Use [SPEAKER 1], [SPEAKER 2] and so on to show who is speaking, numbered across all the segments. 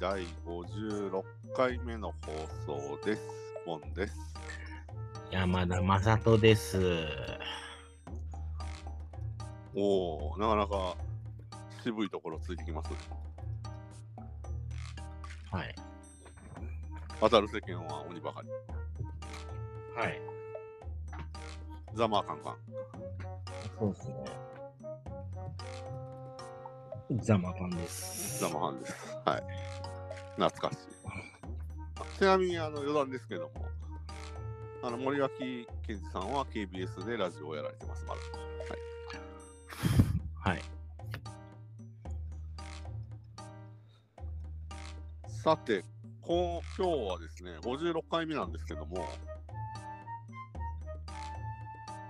[SPEAKER 1] 第56回目の放送です。ボンです。
[SPEAKER 2] 山田雅人です。
[SPEAKER 1] おお、なかなか渋いところついてきますね。
[SPEAKER 2] はい。
[SPEAKER 1] 当たる世間は鬼ばかり。
[SPEAKER 2] はい。
[SPEAKER 1] ざまあかんかん。
[SPEAKER 2] そうですね。ザマパンです。
[SPEAKER 1] ざまはんです。はい。懐かしい。ちなみに、あの、余談ですけども、あの、森脇健児さんは KBS でラジオをやられてます、まだ。
[SPEAKER 2] はい。
[SPEAKER 1] さて、こう今日はですね、56回目なんですけども、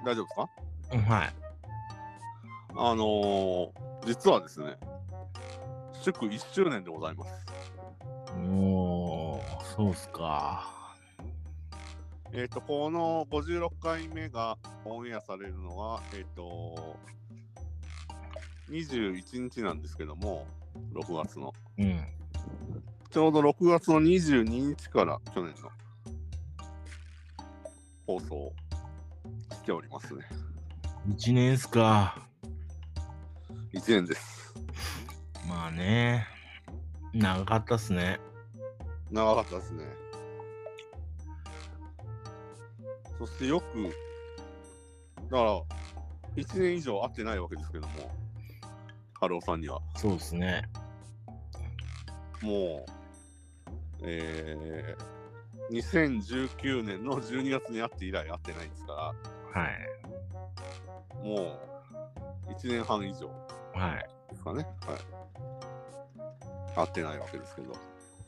[SPEAKER 1] 大丈夫ですか
[SPEAKER 2] うんはい。
[SPEAKER 1] あのー実はですね、祝1周年でございます。
[SPEAKER 2] おー、そうっすか。
[SPEAKER 1] えっ、と、この56回目がオンエアされるのは、えっ、と、21日なんですけども、6月の。
[SPEAKER 2] うん。
[SPEAKER 1] ちょうど6月の22日から去年の放送をしておりますね。
[SPEAKER 2] 一年っすか。
[SPEAKER 1] 1年です。
[SPEAKER 2] まあね。長かったっすね。
[SPEAKER 1] 長かったですね。そしてよく、だから、1年以上会ってないわけですけども、春尾さんには。
[SPEAKER 2] そうっすね。
[SPEAKER 1] もう、えー、2019年の12月に会って以来会ってないですか
[SPEAKER 2] はい。
[SPEAKER 1] ら、もう1年半以上
[SPEAKER 2] はい。
[SPEAKER 1] ですかね。はい。会ってないわけですけど、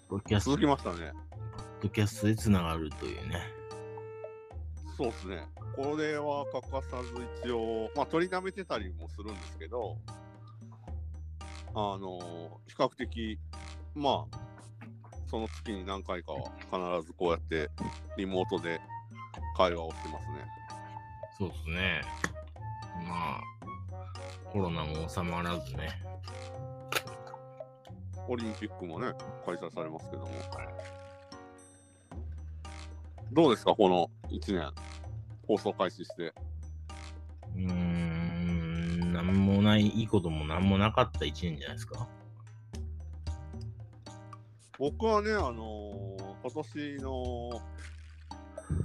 [SPEAKER 2] ポッドキャスト、
[SPEAKER 1] 続き
[SPEAKER 2] ポッ
[SPEAKER 1] ましたね。
[SPEAKER 2] ドキャストでつながるというね。
[SPEAKER 1] そうですね。これは欠かさず一応、まあ、取りだめてたりもするんですけど、あの、比較的、まあ、その月に何回かは必ずこうやってリモートで会話をしてますね。
[SPEAKER 2] そうっすね。まあ、コロナも収まらずね。
[SPEAKER 1] オリンピックもね、開催されますけども。どうですか、この1年、放送開始して。
[SPEAKER 2] うーん、なんもない、いいこともなんもなかった一年じゃないですか。
[SPEAKER 1] 僕はね、あのー今年の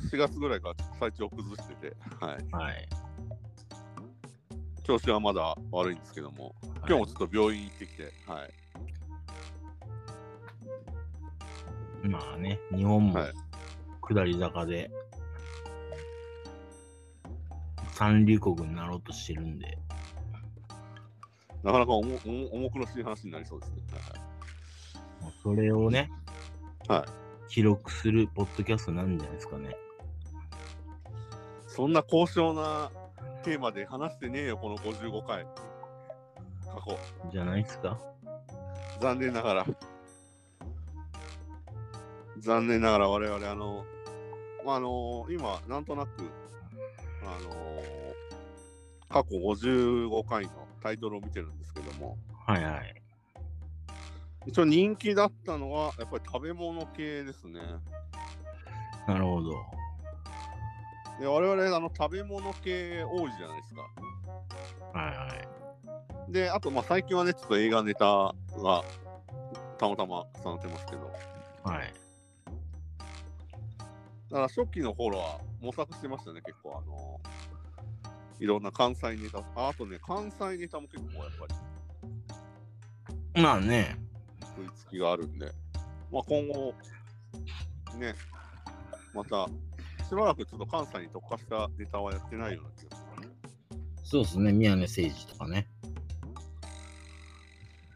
[SPEAKER 1] 4月ぐらいから体調崩してて、はい、
[SPEAKER 2] はい。
[SPEAKER 1] 調子はまだ悪いんですけども、今日もちょっと病院行ってきて、はい、
[SPEAKER 2] まあね、日本も
[SPEAKER 1] はい
[SPEAKER 2] 下り坂で、三流国になろうとしてるんで、
[SPEAKER 1] なかなか重重重苦しい話になりそうですね。
[SPEAKER 2] もうそれをね、
[SPEAKER 1] は
[SPEAKER 2] 記録するポッドキャストなんじゃないですかね。
[SPEAKER 1] はい、そんな高尚なテーマで話してねえよ、この55回。過去、
[SPEAKER 2] じゃないですか。
[SPEAKER 1] 残念ながら。残念ながら我々、あの、まあ、あの今、なんとなく、あの過去55回のタイトルを見てるんですけども、
[SPEAKER 2] はいはい。
[SPEAKER 1] 一応人気だったのは、やっぱり食べ物系ですね。
[SPEAKER 2] なるほど。
[SPEAKER 1] で、我々、あの、食べ物系多いじゃないですか。
[SPEAKER 2] はいはい。
[SPEAKER 1] で、あと、まあ、最近はね、ちょっと映画ネタが、たまたま重なってますけど、だか
[SPEAKER 2] はい。
[SPEAKER 1] ら初期の頃は模索してましたね、結構、あのいろんな関西ネタ、ああとね、関西ネタも結構やっぱり
[SPEAKER 2] まあね、
[SPEAKER 1] 食いつきがあるんで、まあ、今後、ね、また、しばらくちょっと関西に特化したネタはやってないような気がする。
[SPEAKER 2] そうですね、宮根誠司とかね。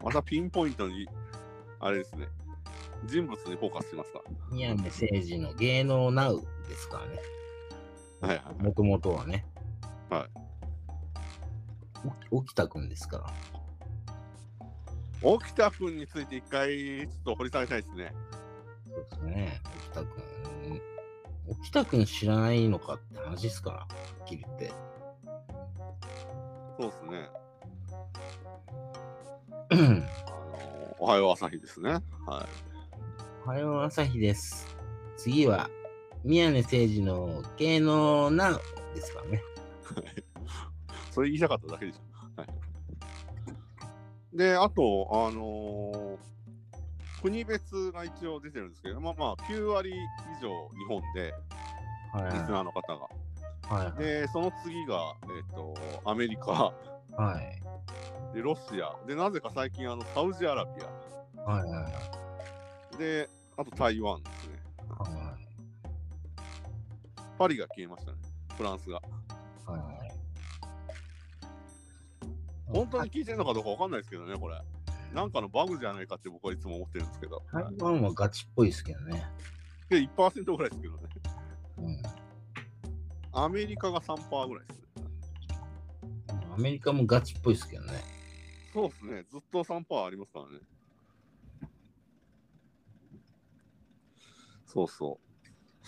[SPEAKER 1] またピンポイントに、あれですね、人物にフォーカスしますか。
[SPEAKER 2] 宮根誠司の芸能ナウですからね。
[SPEAKER 1] はいはい
[SPEAKER 2] もともとはね。。
[SPEAKER 1] はい
[SPEAKER 2] 沖田くんですから。
[SPEAKER 1] はい。沖田君について一回、ちょっと掘り下げたいですね。
[SPEAKER 2] そうですね。沖田くん。沖田くん知らないのかって話ですから、はっきり言って。
[SPEAKER 1] そうですね。あのおはよう朝日ですね。は
[SPEAKER 2] おはよう朝日です。次は、宮根誠司の芸能なのですからね。
[SPEAKER 1] い。それ言いたかっただけでしょ。はい、で、あと、あのー国別が一応出てるんですけど、まあまあ、9割以上日本で、
[SPEAKER 2] はい
[SPEAKER 1] リスナーの方が。
[SPEAKER 2] はい
[SPEAKER 1] で、その次が、えっ、と、アメリカ、
[SPEAKER 2] はい
[SPEAKER 1] で、ロシア、で、なぜか最近、あの、サウジアラビ
[SPEAKER 2] はいはいはい
[SPEAKER 1] ア、で、あと台湾ですね。パリが消えましたね、フランスが。
[SPEAKER 2] はいはい。
[SPEAKER 1] 本当に聞いてるのかどうかわかんないですけどね、これ。なんかのバグじゃないかって僕はいつも思ってるんですけど。
[SPEAKER 2] 台湾はガチっぽいですけどね。
[SPEAKER 1] で、1%ぐらいですけどね。
[SPEAKER 2] うん
[SPEAKER 1] アメリカが3%ぐらいですね。
[SPEAKER 2] アメリカもガチっぽいですけどね。
[SPEAKER 1] そうですね、ずっと3%ありますからね。そうそう。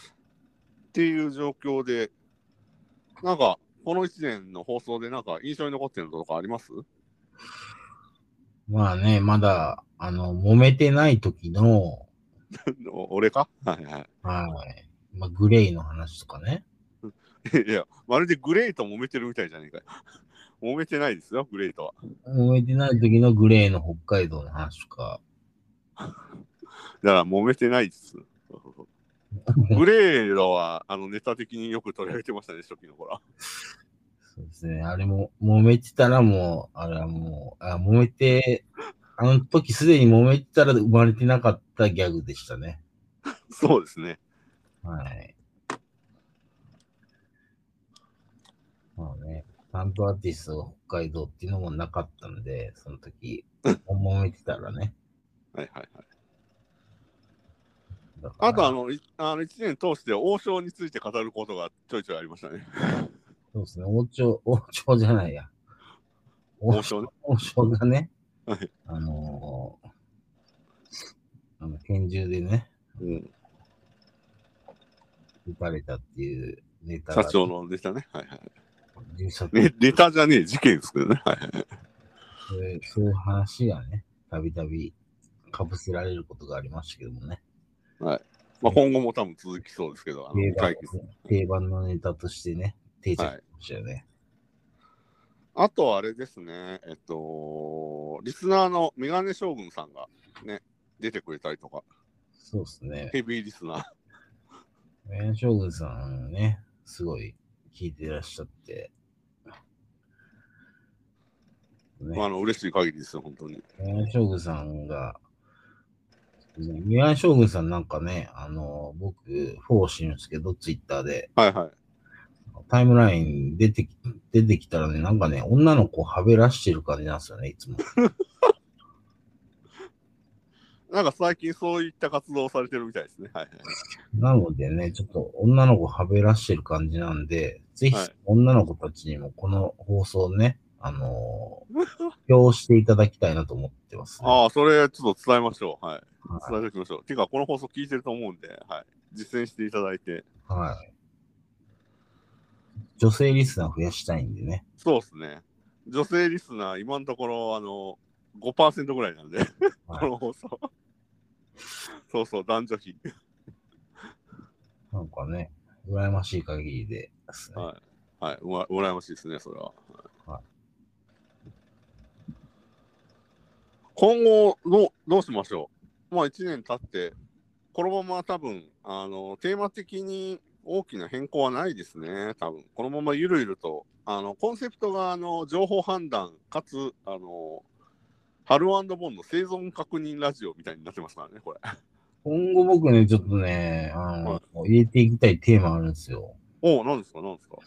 [SPEAKER 1] っていう状況で、なんか、この1年の放送で、なんか印象に残ってるのとかあります
[SPEAKER 2] まあね、まだ、あの、揉めてない時の、
[SPEAKER 1] お俺かはいは
[SPEAKER 2] はい。まあ、グレイの話とかね。
[SPEAKER 1] い。 いや、まるでグレート揉めてるみたいじゃ ねえかよ。揉めてないですよ、グレートは。
[SPEAKER 2] 揉めてない時のグレイの北海道の話とか。
[SPEAKER 1] だから揉めてないです。グレードはあのネタ的によく取り上げてましたね、初期の頃。
[SPEAKER 2] そうですね。あれも、揉めてたらもう、あれはもう、あ揉めて、あの時すでに揉めてたら生まれてなかったギャグでしたね。
[SPEAKER 1] そうですね。
[SPEAKER 2] はい。まあね、担当アーティストが北海道っていうのもなかったんで、その時、揉めてたらね。
[SPEAKER 1] はいはいはい。
[SPEAKER 2] だから
[SPEAKER 1] あとあの、いあの1年通して王将について語ることがちょいちょいありましたね。
[SPEAKER 2] そうですね、王朝、王朝じゃないや。
[SPEAKER 1] 王将ね。
[SPEAKER 2] 王将がね
[SPEAKER 1] はい、
[SPEAKER 2] あのーあの拳銃でね、
[SPEAKER 1] うん、
[SPEAKER 2] 撃たれたっていうネタ
[SPEAKER 1] 社
[SPEAKER 2] が
[SPEAKER 1] 長のネタね。はいはい。
[SPEAKER 2] 銃殺
[SPEAKER 1] ねネタじゃねえ、事件ですけどね。はいはい。
[SPEAKER 2] そういうそういう話がね、たびたびかぶせられることがありましたけどもね。
[SPEAKER 1] まあ、今後も多分続きそうですけど、あ
[SPEAKER 2] 定
[SPEAKER 1] の
[SPEAKER 2] 番
[SPEAKER 1] 解決。
[SPEAKER 2] 定番のネタとしてね、定着し
[SPEAKER 1] はい
[SPEAKER 2] ましたよね。
[SPEAKER 1] あとあれですね、えっと、リスナーのメガネ将軍さんがね、出てくれたりとか、
[SPEAKER 2] そうですね。
[SPEAKER 1] ヘビーリスナー。
[SPEAKER 2] 面将軍さんね、すごい聞いてらっしゃって。
[SPEAKER 1] まあ、
[SPEAKER 2] ね、
[SPEAKER 1] あの嬉しい限りですよ、本当に。
[SPEAKER 2] 面将軍さんが、宮将軍さんなんかね、あの、僕、フォローしてるんですけど、ツイッターで、
[SPEAKER 1] はいはい。
[SPEAKER 2] タイムライン出てき出てきたらね、なんかね、女の子をはべらしてる感じなんですよね、いつも。
[SPEAKER 1] なんか最近そういった活動をされてるみたいですね。はいはい。
[SPEAKER 2] なのでね、ちょっと女の子はべらしてる感じなんで、ぜひ
[SPEAKER 1] はい
[SPEAKER 2] 女の子たちにもこの放送ね、あ のー、表していただきたいなと思ってます、ね。
[SPEAKER 1] ああ、それちょっと伝えましょう。はい。
[SPEAKER 2] は
[SPEAKER 1] 伝えておきましょう。てか、この放送聞いてると思うんで、はい。実践していただいて。
[SPEAKER 2] い。はい。女性リスナー増やしたいんでね。
[SPEAKER 1] そうですね。女性リスナー、今のところ、あの、5%ぐらいなんで、 この放送。そうそう、男女比。
[SPEAKER 2] なんかね、羨ましい限りですね。
[SPEAKER 1] はいはい。うら、羨ましいですね、それは。
[SPEAKER 2] はい
[SPEAKER 1] 今後どう、どうしましょうまあ、1年経って、このまま多分、あの、テーマ的に大きな変更はないですね、多分。このままゆるゆると、あの、コンセプトが、あの、情報判断、かつ、あの、ハルボンの生存確認ラジオみたいになってますからね、これ。
[SPEAKER 2] 今後僕ね、ちょっとね、あの、入れていきたいテーマあるんですよ。
[SPEAKER 1] おお、なんですか、なんですか。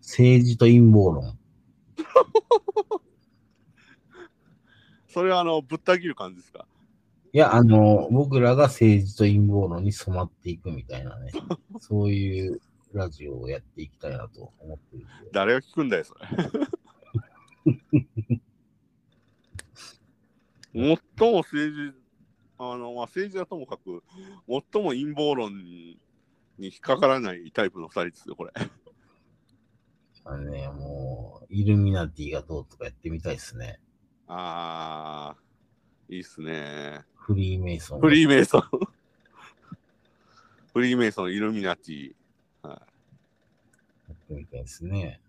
[SPEAKER 2] 政治と陰謀論。
[SPEAKER 1] それは、あの、ぶった切る感じですか。
[SPEAKER 2] いや、あの、僕らが政治と陰謀論に染まっていくみたい なね、そういうラジオをやっていきたいなと思ってるんで。
[SPEAKER 1] 誰が聞くんだよ、それ。最も政治、あの、まあ、政治はともかく、最も陰謀論に引っかからないタイプの2人ですよ、これ。
[SPEAKER 2] あのね、もう、イルミナティがどうとかやってみたいですね。
[SPEAKER 1] あー、いいっすね。
[SPEAKER 2] フリーメイソン。
[SPEAKER 1] フリーメイソン。フリーメイソン、イルミナティ。
[SPEAKER 2] やってみたいですね。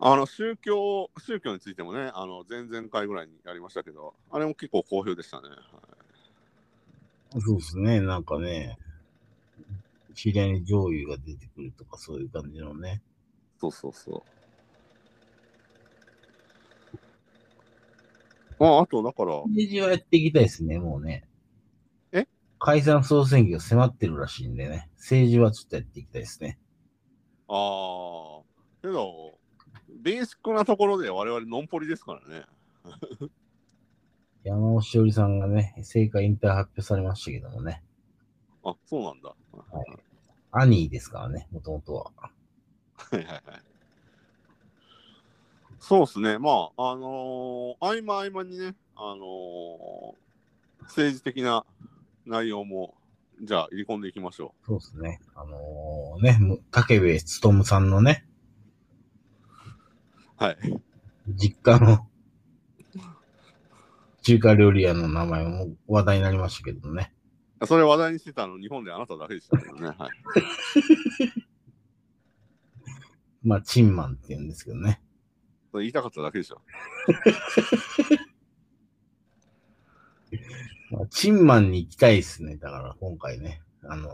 [SPEAKER 1] あの、宗教、宗教についてもね、あの、前々回ぐらいにやりましたけど、あれも結構好評でしたね。はい
[SPEAKER 2] そうですね、なんかね、知り合いに上位が出てくるとか、そういう感じのね。
[SPEAKER 1] そうそうそう。まあ、あと、だから、
[SPEAKER 2] 政治はやっていきたいですね、もうね。
[SPEAKER 1] え
[SPEAKER 2] 解散総選挙迫ってるらしいんでね、政治はちょっとやっていきたいですね。
[SPEAKER 1] ああ、けど、ベーシックなところで我々ノンポリですからね。
[SPEAKER 2] 山尾しおりさんがね、政界引退発表されましたけどもね、
[SPEAKER 1] あ、そうなんだ。
[SPEAKER 2] アニーですからね、もともとは。
[SPEAKER 1] はいはいはい。そうですね。まあ、あのー合間合間にね、あのー政治的な内容も、じゃあ入り込んでいきましょ
[SPEAKER 2] そうですね。あのー、ね、む武部勉さんのね、
[SPEAKER 1] う。はい。
[SPEAKER 2] 実家の中華料理屋の名前も話題になりましたけどね。
[SPEAKER 1] それ話題にしてたの、日本であなただけでしたけどね。はい。
[SPEAKER 2] まあ、チンマンって言うんですけどね。
[SPEAKER 1] それ言いたかっただけでしょ。
[SPEAKER 2] まあ、チンマンに行きたいですね。だから今回ね、あのー、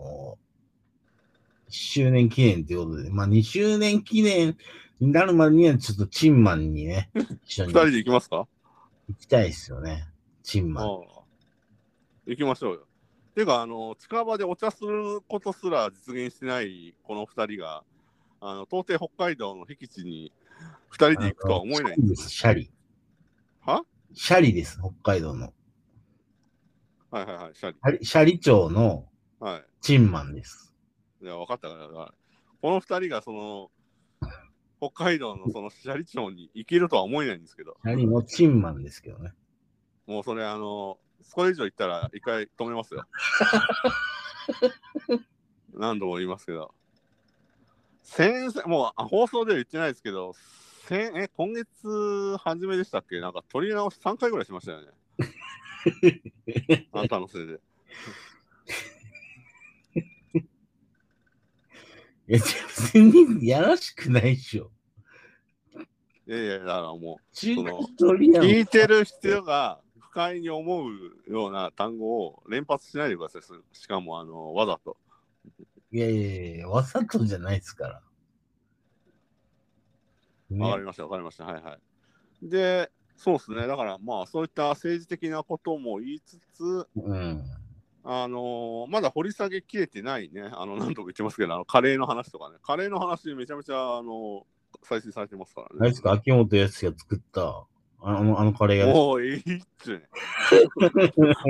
[SPEAKER 2] 1周年記念ということで、まあ2周年記念になるまでにはちょっとチンマンに ね、一緒
[SPEAKER 1] 二人
[SPEAKER 2] に行
[SPEAKER 1] で行きますか
[SPEAKER 2] きたいですよね。チンマン。
[SPEAKER 1] ああ行きましょうよ。ていうか、あの、近場でお茶することすら実現してないこの二人が、あの、到底北海道の僻地に二人で行くとは思えない
[SPEAKER 2] シャリです、シャリ。
[SPEAKER 1] は
[SPEAKER 2] シャリです、北海道の。
[SPEAKER 1] はいはいはい、シャリ。
[SPEAKER 2] シャリシャリ町の
[SPEAKER 1] は
[SPEAKER 2] チンマンです。
[SPEAKER 1] い。いや、分かったから、だからこの二人がその、北海道のその斜里町に行けるとは思えないんですけど、
[SPEAKER 2] シャリのチンマンですけどね。
[SPEAKER 1] もうそれ、あの、それ以上行ったら一回止めますよ。何度も言いますけど。先生、もうあ放送では言ってないですけど、先え今月初めでしたっけなんか取り直し3回ぐらいしましたよね。あんたのせいで。
[SPEAKER 2] いや、別にやらしくないっしょ。
[SPEAKER 1] いやいや、だからもう、
[SPEAKER 2] 中
[SPEAKER 1] そ
[SPEAKER 2] 華
[SPEAKER 1] の
[SPEAKER 2] 料理屋の
[SPEAKER 1] 聞いてる必要が不快に思うような単語を連発しないでください。しかも、あの、わざと。
[SPEAKER 2] いやいやいや、わざとじゃないですから。ね
[SPEAKER 1] わかりました、わかりました。はいはい。で、そうですね。だから、まあ、そういった政治的なことも言いつつ、
[SPEAKER 2] うん。
[SPEAKER 1] あのーまだ掘り下げきれてないね、あの、何度も言ってますけど、あの、カレーの話とかね。カレーの話、めちゃめちゃ、あの再生されてますからね。
[SPEAKER 2] あれですか、秋元康が作った、あの、あのカレー屋
[SPEAKER 1] もういいっつうね。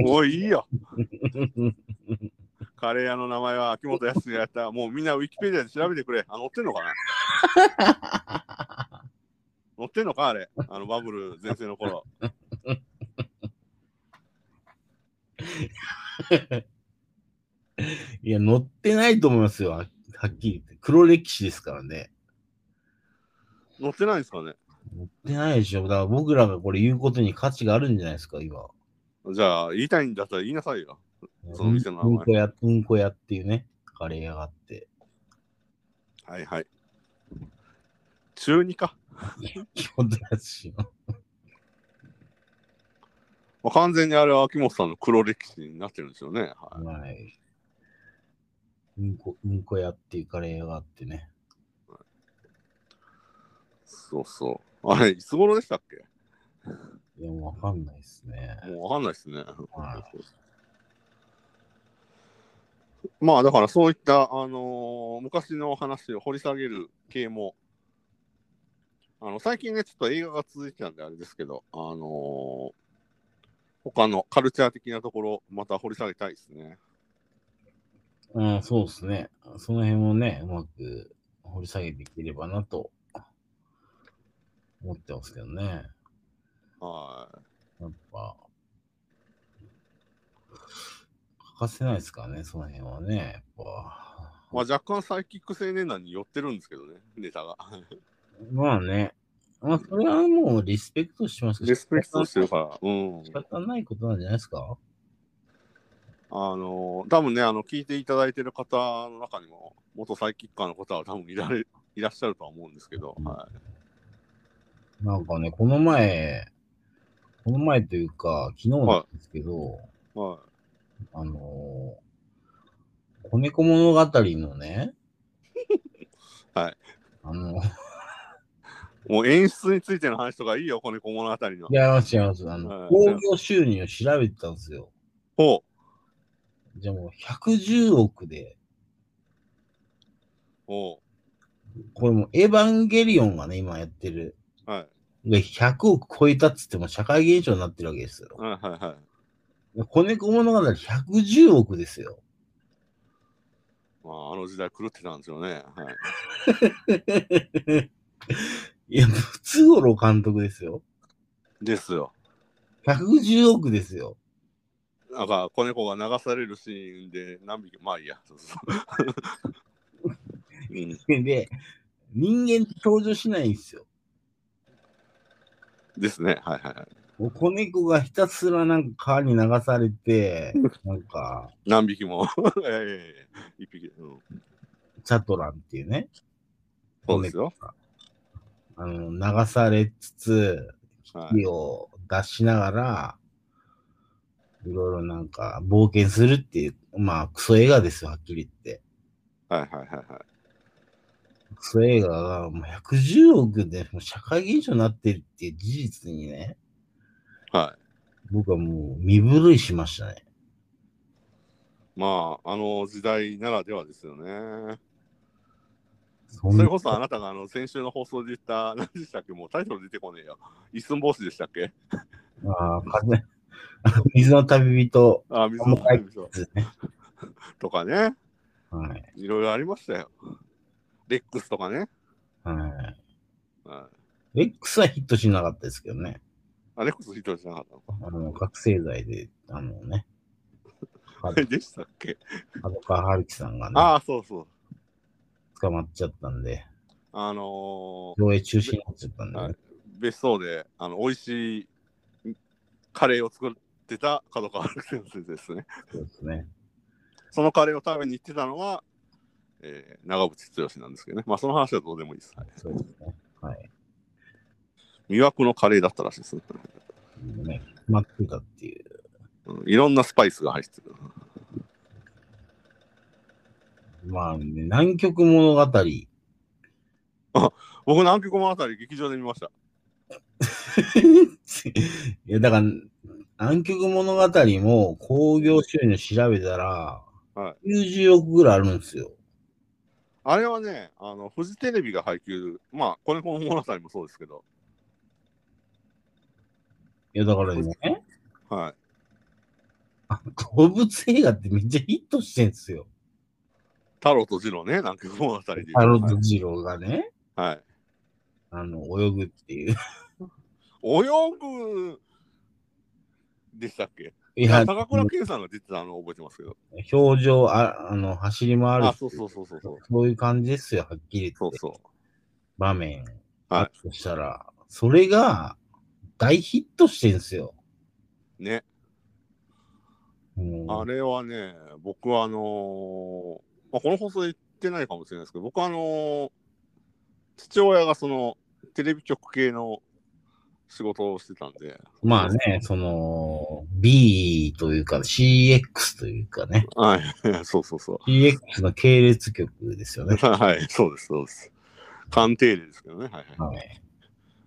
[SPEAKER 1] もういいよ。カレー屋の名前は秋元康がやった。もうみんなウィキペディアで調べてくれ。あ、載ってんのかな載ってんのかあれ。あのバブル全盛の頃。
[SPEAKER 2] いや、乗ってないと思いますよ、ははっきり言って。黒歴史ですからね。
[SPEAKER 1] 載ってないんですかね。
[SPEAKER 2] 乗ってないでしょ。だから僕らがこれ言うことに価値があるんじゃないですか、今。
[SPEAKER 1] じゃあ、言いたいんだったら言いなさいよ。その店の名前
[SPEAKER 2] うんこ屋、うんこ屋っていうね、カレー屋があって。
[SPEAKER 1] はいはい。中二か。
[SPEAKER 2] 秋元康の。
[SPEAKER 1] まあ、完全にあれは秋元さんの黒歴史になってるんですよね。はい、
[SPEAKER 2] はい。うんこ、うんこ屋っていうカレー屋があってね。
[SPEAKER 1] そうそう。あれ、いつ頃でしたっけ
[SPEAKER 2] いや、もうわかんないですね。
[SPEAKER 1] もうわかんないですね。
[SPEAKER 2] は
[SPEAKER 1] まあだからそういった、あのー昔の話を掘り下げる系もあの最近ねちょっと映画が続いてたんであれですけど、あのー他のカルチャー的なところまた掘り下げたいですね。
[SPEAKER 2] うん、そうですね。その辺もね、うまく掘り下げていければなと思ってますけどね。
[SPEAKER 1] はい
[SPEAKER 2] やっぱ、欠かせないですからね、その辺はね。やっぱ。
[SPEAKER 1] まあ、若干サイキック青年団に寄ってるんですけどね、ネタが。
[SPEAKER 2] まあね、まあ、それはもうリスペクトしますけど
[SPEAKER 1] リスペクトしてるから、うん
[SPEAKER 2] 仕。方ないことなんじゃないですか
[SPEAKER 1] あの、多分ね、あの、聞いていただいてる方の中にも、元サイキッカーの方は多分いられ、 いらっしゃるとは思うんですけど、は
[SPEAKER 2] なんかね、この前、この前というか、昨日なんですけど、
[SPEAKER 1] い。は
[SPEAKER 2] あのー、子猫物語のね、
[SPEAKER 1] はい。
[SPEAKER 2] あの、
[SPEAKER 1] い。もう演出についての話とかいいよ、この小物語の
[SPEAKER 2] 違。います、違います。あの、
[SPEAKER 1] はい
[SPEAKER 2] 興行収入を調べてたんですよ。
[SPEAKER 1] ほう。
[SPEAKER 2] じゃあもう110億で、
[SPEAKER 1] ほ
[SPEAKER 2] これもうエヴァンゲリオンがね、今やってる。
[SPEAKER 1] う。はい。
[SPEAKER 2] で、100億超えたっつっても社会現象になってるわけですよ。
[SPEAKER 1] はいはいはい。
[SPEAKER 2] で子猫物語110億ですよ。
[SPEAKER 1] まあ、あの時代狂ってたんですよね。はい。
[SPEAKER 2] いや、ムツゴロウ監督ですよ。
[SPEAKER 1] ですよ。
[SPEAKER 2] 110億ですよ。
[SPEAKER 1] なんか、子猫が流されるシーンで何匹、まあいいや。そうそう うん
[SPEAKER 2] で、人間って登場しないんですよ。
[SPEAKER 1] ですね。はいはいはい。
[SPEAKER 2] もう子猫がひたすらなんか川に流されて、なんか、
[SPEAKER 1] 何匹も。 いやいやいや、一匹で。うん。
[SPEAKER 2] チャトランっていうね、
[SPEAKER 1] そうですよ。
[SPEAKER 2] あの流されつつ、
[SPEAKER 1] はい。
[SPEAKER 2] 火を出しながら、いろいろなんか冒険するっていう、まあクソ映画ですよ、はっきり言って。
[SPEAKER 1] はいはいはいはい。
[SPEAKER 2] クソ映画がもう110億でもう社会現象になってるっていう事実にね、
[SPEAKER 1] は
[SPEAKER 2] 僕はもう身震いしましたね。
[SPEAKER 1] い。まあ、あの時代ならではですよね。
[SPEAKER 2] そん
[SPEAKER 1] そ
[SPEAKER 2] な
[SPEAKER 1] れこそあなたがあの先週の放送で言った、何でしたっけもうタイトル出てこねえよ。一寸法師でしたっけ
[SPEAKER 2] あー風 水の旅人、
[SPEAKER 1] あ、水
[SPEAKER 2] も
[SPEAKER 1] の
[SPEAKER 2] う一回
[SPEAKER 1] 神様
[SPEAKER 2] ですね
[SPEAKER 1] とかね。
[SPEAKER 2] はい。
[SPEAKER 1] いろいろありましたよ。レックスとかね。
[SPEAKER 2] は。
[SPEAKER 1] はい
[SPEAKER 2] レックスはヒットしなかったですけどね。
[SPEAKER 1] い、あレックス一人じゃなかったのか。
[SPEAKER 2] あの、覚醒剤で、あのね、はい
[SPEAKER 1] でしたっけ
[SPEAKER 2] 角川春樹さんがね、
[SPEAKER 1] ああ、そうそう。
[SPEAKER 2] 捕まっちゃったんで、
[SPEAKER 1] あの
[SPEAKER 2] 上映中止になっちゃったん
[SPEAKER 1] ー
[SPEAKER 2] でね、
[SPEAKER 1] はい、別荘であの美味しいカレーを作ってた角川春樹先生ですね。
[SPEAKER 2] そうですね。
[SPEAKER 1] そのカレーを食べに行ってたのは、えー長渕剛なんですけどね。まあその話はどうでもいいです。はい
[SPEAKER 2] そうですね。はい。
[SPEAKER 1] 魅惑のカレーだったらしいです、ね
[SPEAKER 2] ね、待ってたっていう。
[SPEAKER 1] うんいろんなスパイスが入ってる。
[SPEAKER 2] まあね、南極物語。
[SPEAKER 1] 僕、南極物語劇場で見ました。
[SPEAKER 2] いや、だから、南極物語も興行収入調べたら、
[SPEAKER 1] は
[SPEAKER 2] 90億ぐらいあるんですよ。
[SPEAKER 1] あれはね、あのフジテレビが配給、まあ、これこの物語もそうですけど、
[SPEAKER 2] いや、だからね、
[SPEAKER 1] はい。
[SPEAKER 2] あ動物映画ってめっちゃヒットしてんすよ。
[SPEAKER 1] 太郎と次郎ね、南極物語で言うと。
[SPEAKER 2] タロット二郎がね。
[SPEAKER 1] はい。
[SPEAKER 2] あの、泳ぐっていう。
[SPEAKER 1] 泳ぐでしたっけ
[SPEAKER 2] い
[SPEAKER 1] い
[SPEAKER 2] や
[SPEAKER 1] や、、高倉健さんが出てたのを覚えてますけど。
[SPEAKER 2] 表情、ああの、走り回る。
[SPEAKER 1] あ、そうそうそうそうそう。
[SPEAKER 2] そういう感じですよ、はっきり言って。
[SPEAKER 1] そうそう。
[SPEAKER 2] 場面。
[SPEAKER 1] は
[SPEAKER 2] そしたら、それが大ヒットしてんすよ。
[SPEAKER 1] い。ね。
[SPEAKER 2] も
[SPEAKER 1] あ
[SPEAKER 2] う、
[SPEAKER 1] れはね、僕はあのーまあ、この放送で言ってないかもしれないですけど、僕はあのー父親がそのテレビ局系の仕事をしてたんで、
[SPEAKER 2] まあね、その、B というか、CX というかね、
[SPEAKER 1] はい、 そうそうそう。
[SPEAKER 2] CX の系列曲ですよね。
[SPEAKER 1] はい、そうです、そうです。鑑定例ですけどね、はいはい。
[SPEAKER 2] はい。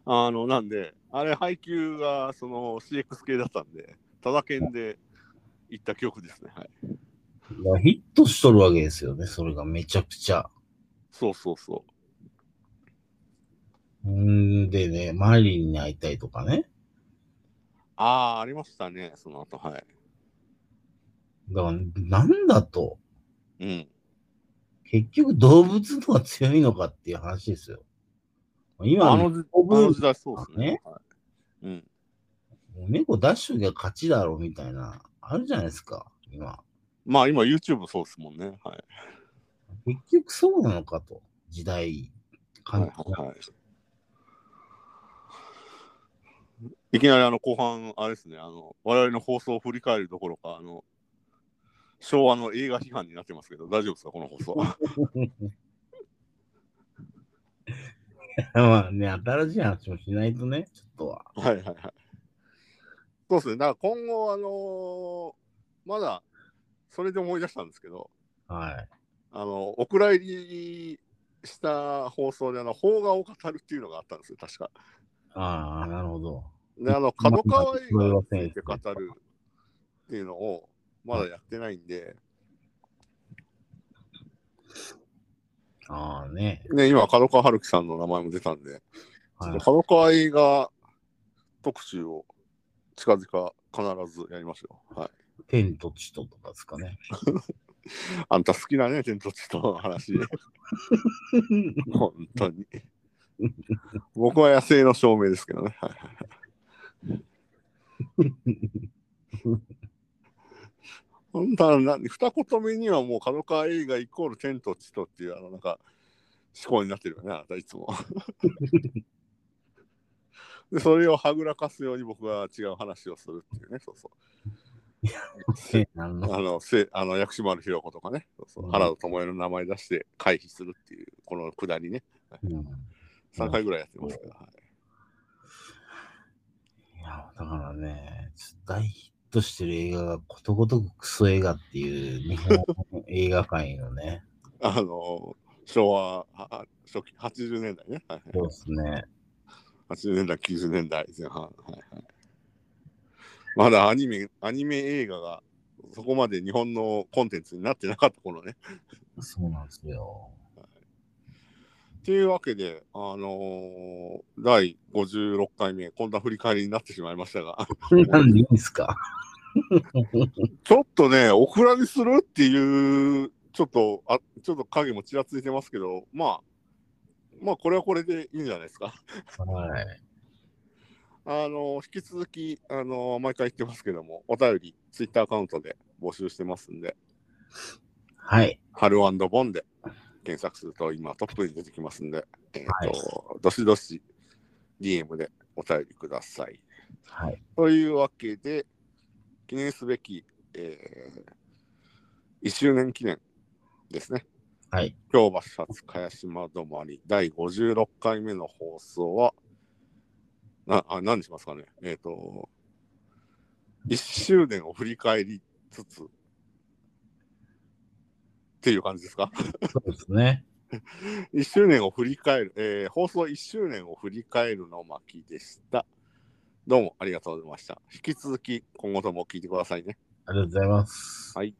[SPEAKER 1] あの、なんで、あれ、配給がその CX 系だったんで、ただ県で行った記憶ですね、はい。
[SPEAKER 2] いやヒットしとるわけですよね、それがめちゃくちゃ。
[SPEAKER 1] そうそうそ
[SPEAKER 2] んでね、マリリンに会いたいとかね。
[SPEAKER 1] う。ああ、ありましたね、その後、はい。
[SPEAKER 2] だから、なんだと。
[SPEAKER 1] うん。
[SPEAKER 2] 結局動物の方が強いのかっていう話ですよ。今
[SPEAKER 1] あ
[SPEAKER 2] あ
[SPEAKER 1] の
[SPEAKER 2] の
[SPEAKER 1] 時あ
[SPEAKER 2] 動物
[SPEAKER 1] の時代、そうですね。はい、うん。
[SPEAKER 2] 猫出しときゃ勝ちだろうみたいな、あるじゃないですか、今。
[SPEAKER 1] まあ今 YouTube そうですもんね。はい。
[SPEAKER 2] 結局そうなのかと、時代
[SPEAKER 1] はい
[SPEAKER 2] 関係なく
[SPEAKER 1] はいはい。いきなりあの後半、あれですね、あの我々の放送を振り返るどころか、あの昭和の映画批判になってますけど、大丈夫ですか、この放 送。
[SPEAKER 2] まあね、新しい話もしないとね、ちょっとは。
[SPEAKER 1] はいはいはい。そうですね、だから今後、あのーまだ、それで思い出したんですけど、
[SPEAKER 2] はい。
[SPEAKER 1] あの、お蔵入りした放送で、あの、邦画を語るっていうのがあったんですよ、確か。
[SPEAKER 2] ああ、なるほど。
[SPEAKER 1] で、あの、角川映画について語るっていうのを、まだやってないんで、
[SPEAKER 2] ああね。
[SPEAKER 1] ね、今、角川春樹さんの名前も出たんで、ちょっ
[SPEAKER 2] は
[SPEAKER 1] と
[SPEAKER 2] い。
[SPEAKER 1] 角川映画特集を近々必ずやりましょう。はい。
[SPEAKER 2] 天と地ととかですかね。
[SPEAKER 1] あんた好きだね、天と地との話。本当に。僕は野生の証明ですけどね。はいはいはい。本当はな二言目にはもう角川映画イコール天と地とっていうあのなんか思考になってるよね、あなたいつも。でそれをはぐらかすように僕は違う話をするっていうね、そうそう。
[SPEAKER 2] ねなんの
[SPEAKER 1] あの、せあの薬師丸ひろ子とかね、そうそう
[SPEAKER 2] うん
[SPEAKER 1] 原田知世の名前出して回避するっていう、このくだりね、
[SPEAKER 2] うん
[SPEAKER 1] 3回ぐらいやってますから、はい
[SPEAKER 2] いや、だからね、大ヒットしてる映画がことごとくクソ映画っていう日本の映画界のね、
[SPEAKER 1] あの昭和は初期80年代ね、はいはい
[SPEAKER 2] そうですね。
[SPEAKER 1] 80年代、90年代前半、はいはい、まだアニメアニメ映画がそこまで日本のコンテンツになってなかった頃ね。
[SPEAKER 2] そうなんですよ。
[SPEAKER 1] っていうわけで、あのー第56回目、こんな振り返りになってしまいましたが、
[SPEAKER 2] なんでいいんですか
[SPEAKER 1] ちょっとね、オクラにするっていう、ちょっと、あちょっと影もちらついてますけど、まあ、まあ、これはこれでいいんじゃないですか。
[SPEAKER 2] はい。
[SPEAKER 1] あのー引き続き、あのー毎回言ってますけども、お便り、ツイッターアカウントで募集してますんで、
[SPEAKER 2] はい。
[SPEAKER 1] ハルボンで検索すると今トップに出てきますんで、えっ、と、どしどし DM でお便りください。
[SPEAKER 2] はい。
[SPEAKER 1] というわけで、記念すべき、えー1周年記念ですね。
[SPEAKER 2] はい。
[SPEAKER 1] 京橋発茅島止まり第56回目の放送は、なあ何にしますかねえっ、と、1周年を振り返りつつ、っていう感じですか
[SPEAKER 2] そうですね。
[SPEAKER 1] 1周年を振り返る、えー放送1周年を振り返るの巻でした。どうもありがとうございました。引き続き今後とも聞いてくださいね。
[SPEAKER 2] ありがとうございます。
[SPEAKER 1] はい